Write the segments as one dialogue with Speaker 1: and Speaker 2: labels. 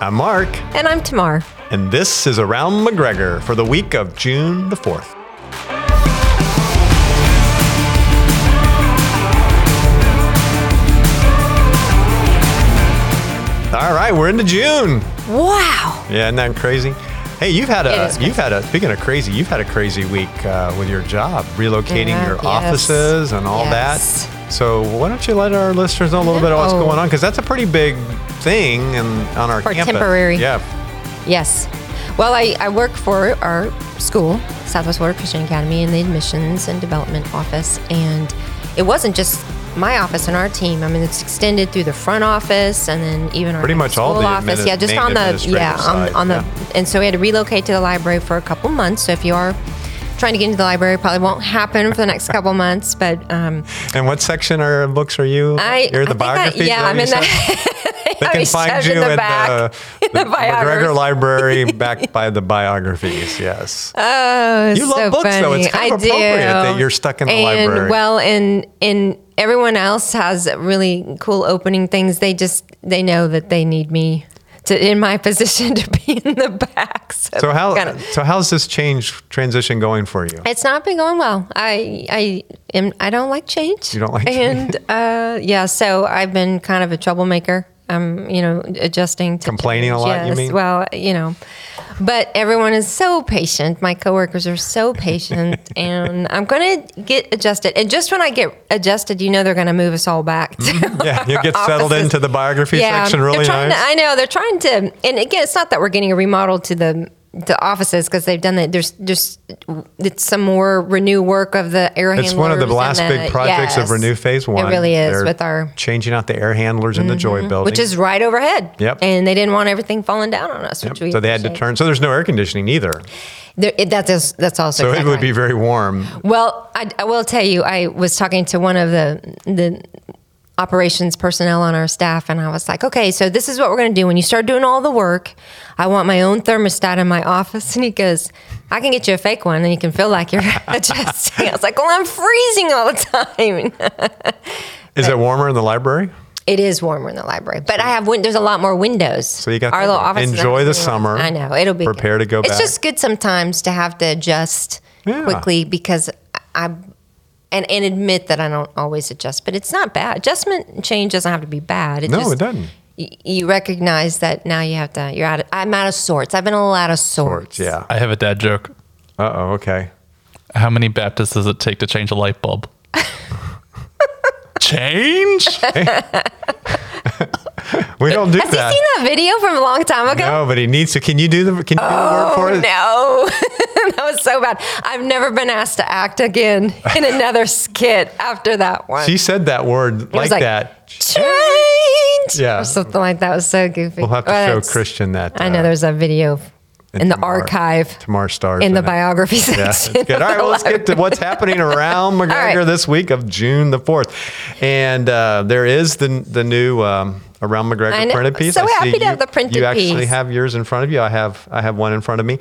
Speaker 1: I'm Mark,
Speaker 2: And I'm Tamar.
Speaker 1: and this is Around McGregor for the week of June the 4th. All right, we're into June.
Speaker 2: Wow.
Speaker 1: Yeah, isn't that crazy? Hey, you've had
Speaker 2: It
Speaker 1: a
Speaker 2: is
Speaker 1: you've had a speaking of crazy, you've had a crazy week uh, with your job, relocating
Speaker 2: Yeah,
Speaker 1: your
Speaker 2: yes.
Speaker 1: offices and all
Speaker 2: Yes.
Speaker 1: that. So why don't you let our listeners know a little bit of what's
Speaker 2: No.
Speaker 1: going on? Because that's a pretty big thing and on our
Speaker 2: For
Speaker 1: campus.
Speaker 2: temporary.
Speaker 1: Yeah,
Speaker 2: Yes. Well, I, I work for our school, Southwest Water Christian Academy, in the admissions and development office. And it wasn't just my office and our team. I mean, it's extended through the front office and then even our
Speaker 1: Pretty much all
Speaker 2: school
Speaker 1: the
Speaker 2: office.
Speaker 1: admini-
Speaker 2: yeah, just
Speaker 1: main
Speaker 2: on the
Speaker 1: administrative
Speaker 2: yeah
Speaker 1: side,
Speaker 2: on, on the
Speaker 1: yeah.
Speaker 2: and so we had to relocate to the library for a couple months. So if you are trying to get into the library, it probably won't happen for the next couple months. But um,
Speaker 1: and what section or books are you?
Speaker 2: I
Speaker 1: You're
Speaker 2: I
Speaker 1: the
Speaker 2: think I-
Speaker 1: biography.
Speaker 2: yeah, I'm in that.
Speaker 1: They
Speaker 2: I
Speaker 1: can
Speaker 2: was
Speaker 1: find
Speaker 2: shoved
Speaker 1: you
Speaker 2: in the
Speaker 1: at
Speaker 2: back,
Speaker 1: the,
Speaker 2: in the
Speaker 1: McGregor
Speaker 2: biography.
Speaker 1: Library, backed by the biographies. Yes.
Speaker 2: Oh,
Speaker 1: You love
Speaker 2: so
Speaker 1: books,
Speaker 2: funny.
Speaker 1: though. It's kind
Speaker 2: I
Speaker 1: of appropriate
Speaker 2: do.
Speaker 1: that you're stuck in the
Speaker 2: and,
Speaker 1: library.
Speaker 2: Well, and and everyone else has really cool opening things. They just they know that they need me to in my position to be in the back. So,
Speaker 1: so how
Speaker 2: kind of-
Speaker 1: so how's this change transition going for you?
Speaker 2: it's not been going well. I I am I don't like change.
Speaker 1: You don't like
Speaker 2: and uh, yeah, so I've been kind of a troublemaker. I'm you know adjusting to
Speaker 1: Complaining a
Speaker 2: change.
Speaker 1: lot, you
Speaker 2: Yes,
Speaker 1: mean?
Speaker 2: well, you know, but everyone is so patient. My coworkers are so patient, and I'm going to get adjusted. And just when I get adjusted, you know they're going to move us all back. to
Speaker 1: Mm-hmm. Yeah, you get
Speaker 2: our
Speaker 1: settled
Speaker 2: offices.
Speaker 1: into the biography section
Speaker 2: they're
Speaker 1: really
Speaker 2: trying
Speaker 1: nice.
Speaker 2: To, I know they're trying to, and again, it's not that we're getting a remodel to the to offices because they've done that. There's just it's some more renew work of the air handlers.
Speaker 1: It's one of the
Speaker 2: and uh,
Speaker 1: last big projects
Speaker 2: yes.
Speaker 1: of Renew Phase One.
Speaker 2: It really is
Speaker 1: They're
Speaker 2: with our, Mm-hmm.
Speaker 1: changing out the air handlers in the Joy Building,
Speaker 2: which is right overhead.
Speaker 1: Yep.
Speaker 2: And they didn't want everything falling down on us,
Speaker 1: Yep.
Speaker 2: which we
Speaker 1: so they had to
Speaker 2: appreciate.
Speaker 1: turn. So there's no air conditioning either.
Speaker 2: There, it, that is, that's also
Speaker 1: So it
Speaker 2: exactly
Speaker 1: would be
Speaker 2: right.
Speaker 1: very warm.
Speaker 2: Well, I, I will tell you, I was talking to one of the the operations personnel on our staff, and I was like, "Okay, so this is what we're going to do. When you start doing all the work, I want my own thermostat in my office." And he goes, "I can get you a fake one, and you can feel like you're adjusting." I was like, "Well, I'm freezing all the time."
Speaker 1: Is it warmer in the library?
Speaker 2: it is warmer in the library, but I have win- there's a lot more windows. So
Speaker 1: you got that
Speaker 2: our little
Speaker 1: going.
Speaker 2: office. is
Speaker 1: Enjoy the
Speaker 2: outdoors.
Speaker 1: summer.
Speaker 2: I know it'll be
Speaker 1: Prepare to
Speaker 2: good.
Speaker 1: go
Speaker 2: It's
Speaker 1: back.
Speaker 2: just good sometimes to have to adjust
Speaker 1: Yeah.
Speaker 2: quickly because I and and admit that I don't always adjust, but it's not bad. Adjustment and change doesn't have to be bad.
Speaker 1: No,
Speaker 2: just-
Speaker 1: it doesn't.
Speaker 2: y- You recognize that now you have to. You're out. Of, I'm out of sorts. I've been a little out of sorts.
Speaker 1: Yeah.
Speaker 3: I have a dad joke.
Speaker 1: Uh oh. Okay.
Speaker 3: How many Baptists does it take to change a light bulb? change?
Speaker 1: We don't do
Speaker 2: Has
Speaker 1: that.
Speaker 2: he seen that video from a long time ago?
Speaker 1: No, but he needs to. Can you do the? Can you do the work for us?
Speaker 2: Oh, No, that was so bad. I've never been asked to act again in another skit after that one.
Speaker 1: She said that word
Speaker 2: was
Speaker 1: like,
Speaker 2: like,
Speaker 1: that.
Speaker 2: Change,
Speaker 1: Yeah.
Speaker 2: or something like that. It was so goofy.
Speaker 1: We'll have to
Speaker 2: Well,
Speaker 1: show
Speaker 2: that's-
Speaker 1: Christian that.
Speaker 2: I know
Speaker 1: uh,
Speaker 2: there's a video in the
Speaker 1: tomorrow-
Speaker 2: archive
Speaker 1: Tomorrow stars
Speaker 2: in the
Speaker 1: it.
Speaker 2: biography
Speaker 1: Yeah, it's
Speaker 2: section.
Speaker 1: good. All right,
Speaker 2: of the
Speaker 1: well, let's get to what's happening around McGregor
Speaker 2: right.
Speaker 1: this week of June the 4th. And uh, there is the the new um, Around
Speaker 2: I
Speaker 1: McGregor
Speaker 2: know.
Speaker 1: printed piece.
Speaker 2: So happy
Speaker 1: see
Speaker 2: to have the printed
Speaker 1: You actually
Speaker 2: piece.
Speaker 1: have yours in front of you. I have I have one in front of me.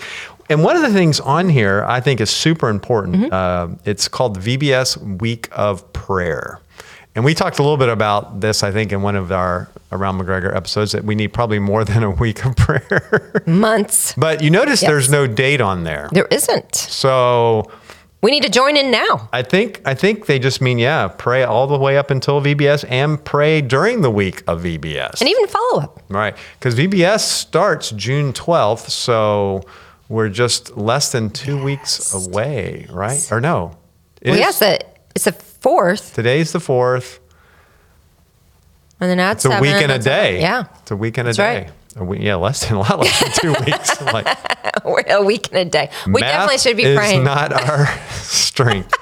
Speaker 1: And one of the things on here I think is super important.
Speaker 2: Mm-hmm.
Speaker 1: Uh, it's called VBS Week of Prayer. And we talked a little bit about this, I think, in one of our Around McGregor episodes that we need probably more than a week of prayer.
Speaker 2: months.
Speaker 1: but you notice
Speaker 2: Yes.
Speaker 1: there's no date on there.
Speaker 2: There isn't.
Speaker 1: So
Speaker 2: We need to join in now.
Speaker 1: I think I think they just mean yeah, pray all the way up until VBS and pray during the week of VBS.
Speaker 2: And even follow up.
Speaker 1: right. Cuz VBS starts June 12th, so we're just less than 2 weeks away, right? Or no. It
Speaker 2: Well,
Speaker 1: is-
Speaker 2: yes, it- it's the fourth,
Speaker 1: Today's the 4th.
Speaker 2: and then that's
Speaker 1: It's a week and a day.
Speaker 2: Yeah,
Speaker 1: It's a week and a
Speaker 2: That's
Speaker 1: day.
Speaker 2: right.
Speaker 1: A week, yeah, less than a lot less than 2 weeks. Like
Speaker 2: We're a week and a day. We
Speaker 1: math
Speaker 2: definitely should be
Speaker 1: is
Speaker 2: praying.
Speaker 1: not our strength.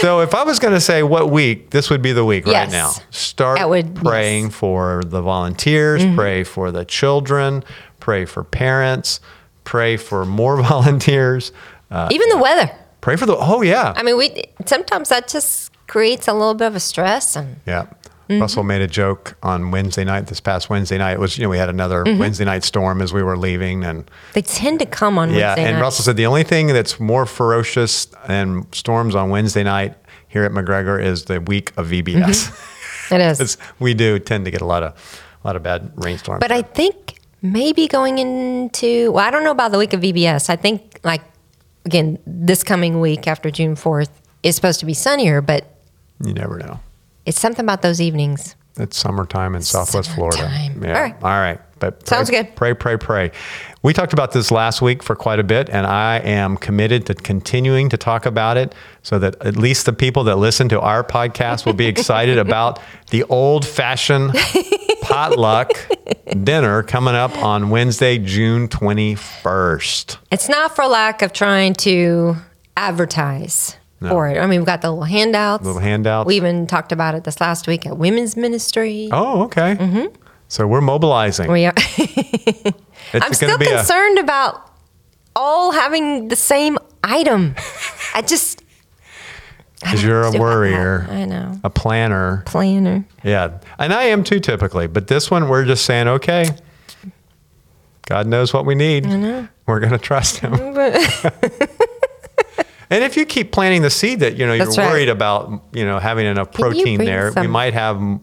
Speaker 1: So if I was going to say what week, this would be the week right
Speaker 2: Yes.
Speaker 1: now. Start
Speaker 2: That would- Mm-hmm.
Speaker 1: praying for the volunteers, pray for the children, pray for parents, pray for more volunteers, uh,
Speaker 2: even the weather.
Speaker 1: pray for the oh yeah.
Speaker 2: I mean, we sometimes that just creates a little bit of a stress and
Speaker 1: Yeah.
Speaker 2: mm-hmm.
Speaker 1: Russell made a joke on Wednesday night, this past Wednesday night. It was, you know, we had another
Speaker 2: Mm-hmm.
Speaker 1: Wednesday night storm as we were leaving. And
Speaker 2: they tend to come on
Speaker 1: yeah,
Speaker 2: Wednesday
Speaker 1: and
Speaker 2: night.
Speaker 1: Russell said the only thing that's more ferocious than storms on Wednesday night here at McGregor is the week of VBS.
Speaker 2: it is.
Speaker 1: It's- we do tend to get a lot of a lot of bad rainstorms.
Speaker 2: But I think maybe going into well, I don't know about the week of VBS. I think like again this coming week after June fourth is supposed to be sunnier, but
Speaker 1: You never know.
Speaker 2: it's something about those evenings.
Speaker 1: It's summertime in Southwest
Speaker 2: Summertime.
Speaker 1: Florida. Yeah.
Speaker 2: All right.
Speaker 1: All right. But pray,
Speaker 2: Sounds good.
Speaker 1: Pray, pray, pray. We talked about this last week for quite a bit, and I am committed to continuing to talk about it so that at least the people that listen to our podcast will be excited about the old fashioned potluck dinner coming up on Wednesday, June 21st.
Speaker 2: It's not for lack of trying to advertise for it. I mean, we've got the little handouts.
Speaker 1: Little handouts.
Speaker 2: We even talked about it this last week at Women's Ministry.
Speaker 1: Oh, okay. Mm-hmm. So we're mobilizing.
Speaker 2: We are,
Speaker 1: It's
Speaker 2: I'm
Speaker 1: gonna
Speaker 2: still
Speaker 1: be a-
Speaker 2: concerned about all having the same item. I just. I
Speaker 1: Because
Speaker 2: don't
Speaker 1: you're a
Speaker 2: do that.
Speaker 1: worrier.
Speaker 2: I know.
Speaker 1: a planner.
Speaker 2: Planner.
Speaker 1: Yeah. And I am too typically, but this one we're just saying, okay, God knows what we need. We're going to trust him. and if you keep planting the seed that, you know, you're
Speaker 2: That's right.
Speaker 1: worried about, you know, having enough
Speaker 2: Can you
Speaker 1: protein
Speaker 2: bring
Speaker 1: there, we
Speaker 2: some?
Speaker 1: might have m-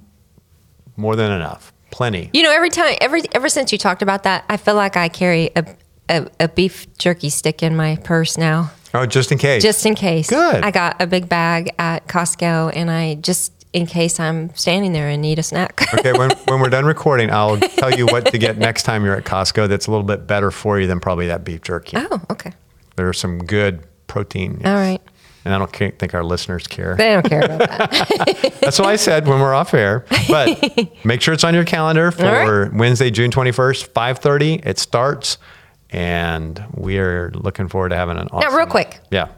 Speaker 1: more than enough. Plenty.
Speaker 2: You know, every time, every ever since you talked about that, I feel like I carry a, a, a beef jerky stick in my purse now.
Speaker 1: Oh, just in case.
Speaker 2: just in case.
Speaker 1: Good.
Speaker 2: I got a big bag at Costco, and I just in case I'm standing there and need a snack.
Speaker 1: okay, when, when we're done recording, I'll tell you what to get next time you're at Costco that's a little bit better for you than probably that beef jerky.
Speaker 2: oh, okay.
Speaker 1: There are some good protein.
Speaker 2: All right.
Speaker 1: And I don't ca- think our listeners care.
Speaker 2: They don't care about that.
Speaker 1: That's what I said when we're off air. But make sure it's on your calendar for
Speaker 2: All right.
Speaker 1: Wednesday, June 21st, 5.30. It starts. And we are looking forward to having an awesome...
Speaker 2: real quick.
Speaker 1: Yeah.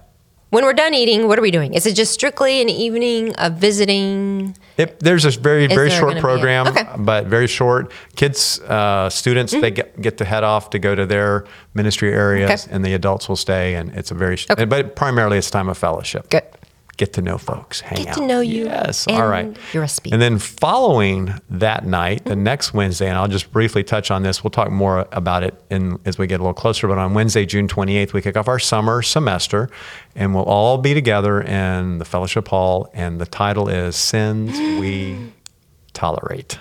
Speaker 2: When we're done eating, what are we doing? Is it just strictly an evening of visiting?
Speaker 1: It, there's a very, very
Speaker 2: there
Speaker 1: short
Speaker 2: gonna be a-
Speaker 1: program,
Speaker 2: Okay. Mm-hmm.
Speaker 1: but very short. Kids, uh, students, they get, get to head off to go to their ministry areas,
Speaker 2: Okay.
Speaker 1: and the adults will stay. And it's a very... sh-
Speaker 2: Okay.
Speaker 1: But primarily it's time of fellowship.
Speaker 2: Good.
Speaker 1: get to know folks, hang
Speaker 2: Get
Speaker 1: out.
Speaker 2: to know you
Speaker 1: Yes.
Speaker 2: and
Speaker 1: All right.
Speaker 2: your speaker.
Speaker 1: And then following that night, the next Wednesday, and I'll just briefly touch on this. We'll talk more about it in, as we get a little closer. But on Wednesday, June 28th, we kick off our summer semester, and we'll all be together in the fellowship hall. And the title is Sins We Tolerate.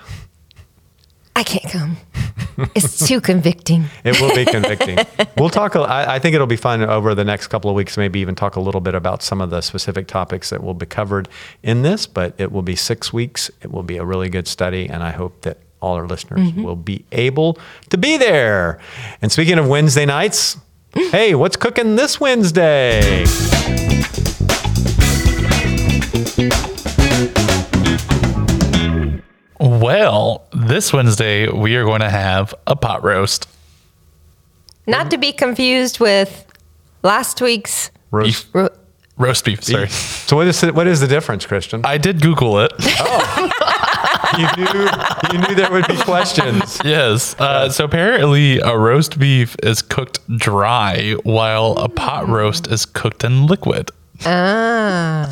Speaker 2: I can't come. It's too convicting.
Speaker 1: It will be convicting. we'll talk. a- I, I think it'll be fun over the next couple of weeks. Maybe even talk a little bit about some of the specific topics that will be covered in this. But it will be six weeks. It will be a really good study, and I hope that all our listeners will be able to be there. And speaking of Wednesday nights, hey, what's cooking this Wednesday?
Speaker 3: Well, this Wednesday we are going to have a pot roast.
Speaker 2: Not to be confused with last week's.
Speaker 1: Roast.
Speaker 3: Beef-
Speaker 2: ro-
Speaker 3: roast beef, sorry.
Speaker 1: So what is the, what is the difference, Christian?
Speaker 3: I did Google it.
Speaker 1: You knew you knew there would be questions.
Speaker 3: yes. Uh, so apparently, a roast beef is cooked dry, while a pot roast is cooked in liquid.
Speaker 1: So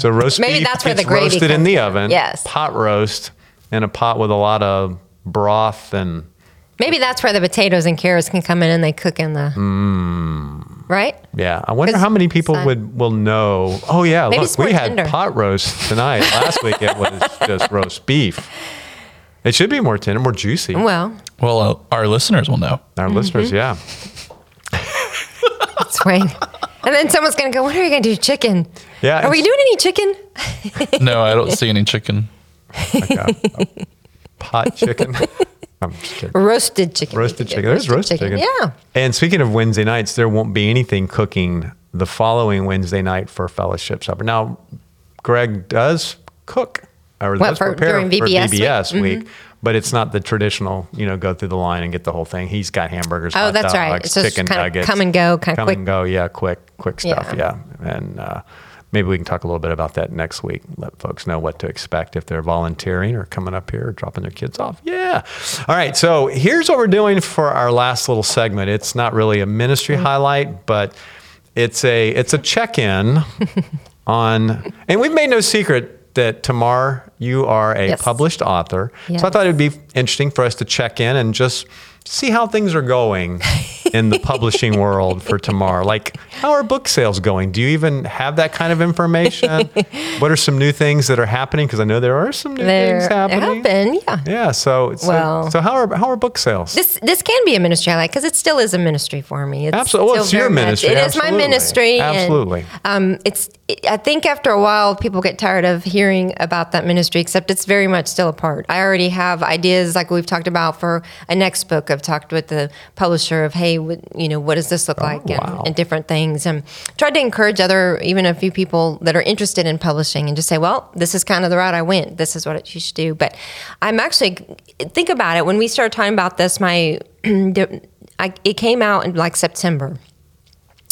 Speaker 1: roast
Speaker 2: Maybe
Speaker 1: beef
Speaker 2: that's where the
Speaker 1: gets
Speaker 2: gravy
Speaker 1: roasted in
Speaker 2: comes
Speaker 1: the
Speaker 2: from.
Speaker 1: oven.
Speaker 2: Yes.
Speaker 1: Pot roast in a pot with a lot of broth and
Speaker 2: Maybe that's where the potatoes and carrots can come in and they cook in the.
Speaker 1: Mm.
Speaker 2: Right?
Speaker 1: yeah. I wonder
Speaker 2: 'Cause
Speaker 1: how many people
Speaker 2: it's not-
Speaker 1: would will know. Oh yeah,
Speaker 2: Maybe
Speaker 1: look,
Speaker 2: it's
Speaker 1: we
Speaker 2: more
Speaker 1: had
Speaker 2: tender.
Speaker 1: pot roast tonight. Last week it was just roast beef. It should be more tender, more juicy.
Speaker 2: Well,
Speaker 3: Well, uh, our listeners will know.
Speaker 1: Our listeners, yeah.
Speaker 2: Mm-hmm. it's right. And then someone's going to go, when are you going to do chicken?
Speaker 1: Yeah.
Speaker 2: Are we
Speaker 1: it's-
Speaker 2: doing any chicken?
Speaker 3: No, I don't see any chicken.
Speaker 1: pot chicken? I'm just kidding.
Speaker 2: Roasted chicken.
Speaker 1: Roasted chicken. There's roasted chicken.
Speaker 2: Yeah.
Speaker 1: And speaking of Wednesday nights, there won't be anything cooking the following Wednesday night for fellowship supper. Now, Greg does cook or
Speaker 2: What,
Speaker 1: does
Speaker 2: for-
Speaker 1: prepare
Speaker 2: during VBS
Speaker 1: for
Speaker 2: week? Mm-hmm.
Speaker 1: VBS week, but it's not the traditional, you know, go through the line and get the whole thing. He's got hamburgers.
Speaker 2: Oh,
Speaker 1: hot
Speaker 2: that's right.
Speaker 1: dogs,
Speaker 2: It's just
Speaker 1: chicken
Speaker 2: kinda
Speaker 1: nuggets,
Speaker 2: come and go, kinda
Speaker 1: come
Speaker 2: quick.
Speaker 1: and go. Yeah, quick, quick stuff. Yeah,
Speaker 2: Yeah.
Speaker 1: and. Uh, Maybe we can talk a little bit about that next week. Let folks know what to expect if they're volunteering or coming up here or dropping their kids off. Yeah. All right. So here's what we're doing for our last little segment. It's not really a ministry highlight, but it's a it's a check-in on and we've made no secret that Tamar, you are a
Speaker 2: Yes.
Speaker 1: published author. So I
Speaker 2: Yes.
Speaker 1: thought it would be interesting for us to check in and just see how things are going in the publishing world for tomorrow? Like, how are book sales going? Do you even have that kind of information? what are some new things that are happening? Because I know there are some new
Speaker 2: There
Speaker 1: things happening.
Speaker 2: happen, yeah.
Speaker 1: Yeah. So, so,
Speaker 2: Well-
Speaker 1: so how are how are book sales?
Speaker 2: This this can be a ministry I like because it still is a ministry for me. It's
Speaker 1: Absolutely. Well,
Speaker 2: still
Speaker 1: it's your
Speaker 2: very much-
Speaker 1: ministry.
Speaker 2: It is my
Speaker 1: Absolutely.
Speaker 2: ministry. and,
Speaker 1: Absolutely.
Speaker 2: um, it's. It, I think after a while, people get tired of hearing about that ministry. Except it's very much still a part. I already have ideas like we've talked about for a next book. I've talked with the publisher of, hey, what, you know, what does this look like, and,
Speaker 1: wow.
Speaker 2: and different things, and tried to encourage other, even a few people that are interested in publishing, and just say, well, this is kind of the route I went. This is what it, you should do. But I'm actually think about it. When we started talking about this, my I, it came out in like September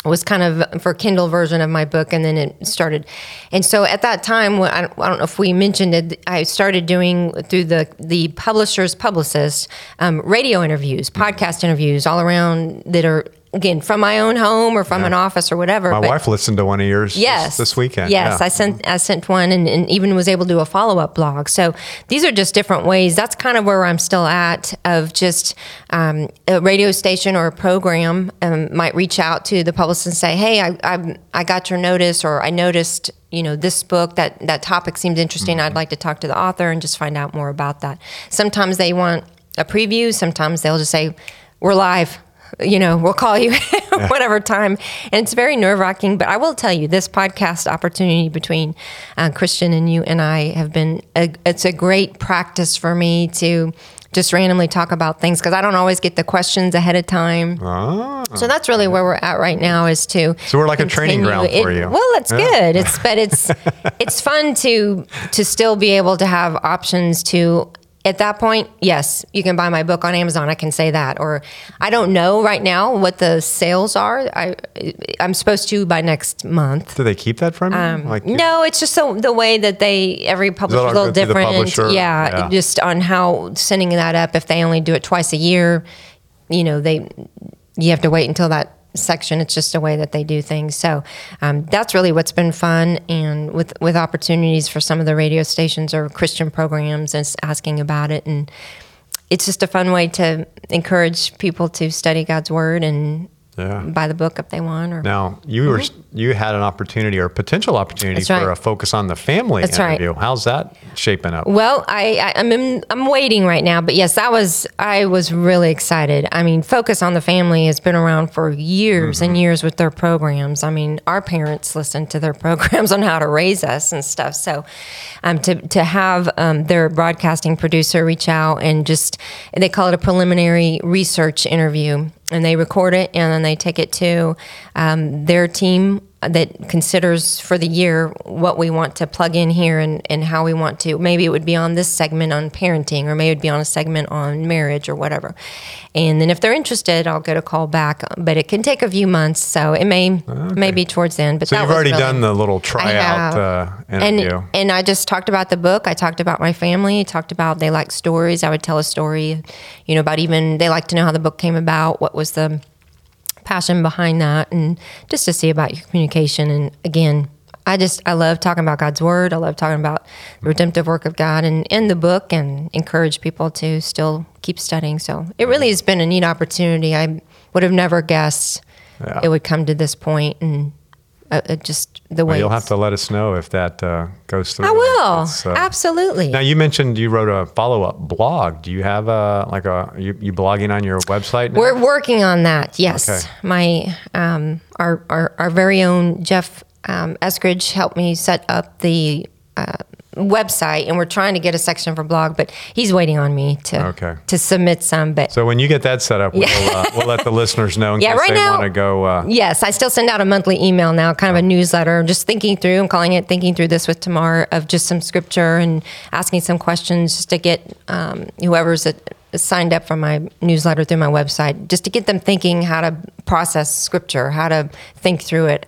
Speaker 2: was kind of for Kindle version of my book, and then it started. And so at that time, when- I don't, I don't know if we mentioned it. I started doing through the the publisher's publicist um, radio interviews, podcast interviews all around that are again from my own home or from an office or whatever.
Speaker 1: My
Speaker 2: but-
Speaker 1: wife listened to one of yours this-
Speaker 2: Yes,
Speaker 1: this, weekend.
Speaker 2: Yes,
Speaker 1: Yeah.
Speaker 2: I sent I sent one, and, and even was able to do a follow up blog. So these are just different ways. That's kind of where I'm still at. Of just um, a radio station or a program um, might reach out to the publicist and say, "Hey, I I, I got your notice, or I noticed." You know this book that that topic seems interesting.
Speaker 1: Mm-hmm.
Speaker 2: I'd like to talk to the author and just find out more about that. Sometimes they want a preview. Sometimes they'll just say, "We're live." you know, we'll call you whatever time. And it's very nerve wracking, but I will tell you this podcast opportunity between uh, Christian and you and I have been, a, it's a great practice for me to just randomly talk about things because I don't always get the questions ahead of time. So that's really where we're at right now is to.
Speaker 1: Oh, So we're like a training
Speaker 2: continue.
Speaker 1: ground for
Speaker 2: It-
Speaker 1: you.
Speaker 2: Well, that's good. It's, but it's, it's fun to, to still be able to have options to, at that point, yes, you can buy my book on Amazon. I can say that. Or I don't know right now what the sales are. I, I'm supposed to by next month.
Speaker 1: Do they keep that from you? like you-
Speaker 2: Um, No, it's just so the way that they every publisher's
Speaker 1: all
Speaker 2: a little
Speaker 1: go through the
Speaker 2: different.
Speaker 1: publisher?
Speaker 2: Yeah,
Speaker 1: Yeah.
Speaker 2: just on how sending that up. If they only do it twice a year, you know they you have to wait until that section. It's just a way that they do things. So um, that's really what's been fun, and with with opportunities for some of the radio stations or Christian programs and s- asking about it, and it's just a fun way to encourage people to study God's word and.
Speaker 1: Yeah.
Speaker 2: Buy the book if they want, or
Speaker 1: Now you were you had an opportunity or potential opportunity
Speaker 2: Mm-hmm. That's right.
Speaker 1: for a focus on the family
Speaker 2: That's right.
Speaker 1: interview. How's that shaping up?
Speaker 2: Well, I, I I'm in, I'm waiting right now, but yes, that was I was really excited. I mean, Focus on the Family has been around for years and years with their programs. I mean, our parents listened to their programs on how to raise us and stuff. So, um, to to have um, their broadcasting producer reach out and just they call it a preliminary research interview, and they record it and then they take it to um, their team that considers for the year what we want to plug in here and, and how we want to. Maybe it would be on this segment on parenting, or maybe it would be on a segment on marriage or whatever. And then if they're interested, I'll get a call back. But it can take a few months, so it may may be towards the end. But
Speaker 1: So
Speaker 2: that
Speaker 1: you've
Speaker 2: was
Speaker 1: already
Speaker 2: really-
Speaker 1: done the little tryout
Speaker 2: have.
Speaker 1: uh,
Speaker 2: and
Speaker 1: interview.
Speaker 2: and I just talked about the book. I talked about my family. I talked about they like stories. I would tell a story, you know, about even they like to know how the book came about. What was the passion behind that and just to see about your communication and again i just i love talking about god's word i love talking about the redemptive work of god and in the book and encourage people to still keep studying so it really has been a neat opportunity i would have never guessed
Speaker 1: Yeah.
Speaker 2: it would come to this point and uh, uh, just the
Speaker 1: Well,
Speaker 2: way
Speaker 1: you'll have
Speaker 2: it's-
Speaker 1: to let us know if that uh, goes through.
Speaker 2: i will
Speaker 1: It's, uh,
Speaker 2: absolutely
Speaker 1: Now you mentioned you wrote a follow up blog. Do you have a like a you, you blogging on your website? now?
Speaker 2: We're working on that. Yes,
Speaker 1: Okay.
Speaker 2: my um, our, our our very own Jeff um, Eskridge helped me set up the uh, website, and we're trying to get a section for blog, but he's waiting on me to
Speaker 1: Okay.
Speaker 2: to submit some. But
Speaker 1: so when you get that set up, we'll, uh, we'll let the listeners know in
Speaker 2: Yeah,
Speaker 1: case
Speaker 2: right
Speaker 1: they
Speaker 2: now-
Speaker 1: want to go. Uh,
Speaker 2: Yes, I still send out a monthly email now, kind of a newsletter. I'm just thinking through, I'm calling it Thinking Through This with Tamar of just some scripture and asking some questions just to get um, whoever's uh signed up for my newsletter through my website, just to get them thinking how to process scripture, how to think through it.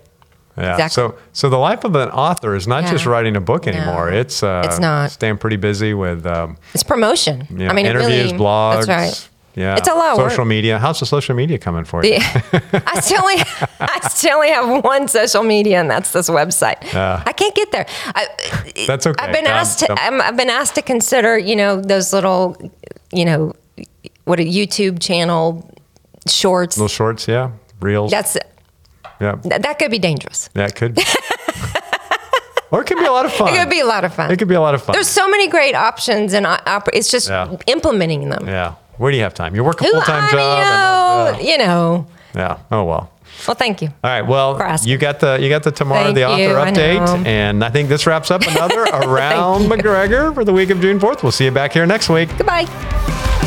Speaker 1: Yeah.
Speaker 2: Exactly.
Speaker 1: So, so the life of an author is not
Speaker 2: Yeah.
Speaker 1: just writing a book anymore. It's uh,
Speaker 2: It's not.
Speaker 1: Staying pretty busy with um,
Speaker 2: It's promotion.
Speaker 1: you know,
Speaker 2: I mean, it
Speaker 1: interviews,
Speaker 2: really,
Speaker 1: blogs.
Speaker 2: That's right.
Speaker 1: Yeah.
Speaker 2: It's a lot of work.
Speaker 1: Social media. How's the social media coming for you?
Speaker 2: I still only I still only have one social media, and that's this website. I can't get there. I,
Speaker 1: Ah. That's okay.
Speaker 2: I've been
Speaker 1: Um,
Speaker 2: asked. To,
Speaker 1: um,
Speaker 2: I'm, I've been asked to consider, you know, those little, you know, what a YouTube channel shorts.
Speaker 1: Little shorts, yeah. Reels.
Speaker 2: That's
Speaker 1: yeah.
Speaker 2: that that could be dangerous.
Speaker 1: That could be. or it could be a lot of fun.
Speaker 2: It could be a lot of fun.
Speaker 1: It could be a lot of fun.
Speaker 2: There's so many great options, and op- op- it's just
Speaker 1: Yeah.
Speaker 2: implementing them.
Speaker 1: yeah. Where do you have time? You work a
Speaker 2: Who
Speaker 1: full time
Speaker 2: I
Speaker 1: job.
Speaker 2: know,
Speaker 1: and- uh,
Speaker 2: you know.
Speaker 1: yeah. Oh well.
Speaker 2: Well, thank you.
Speaker 1: All right. Well,
Speaker 2: For asking.
Speaker 1: you got the you got the tomorrow
Speaker 2: Thank
Speaker 1: the author
Speaker 2: you, I
Speaker 1: update,
Speaker 2: know.
Speaker 1: and I think this wraps up another around
Speaker 2: you.
Speaker 1: McGregor for the week of June fourth. We'll see you back here next week.
Speaker 2: Goodbye.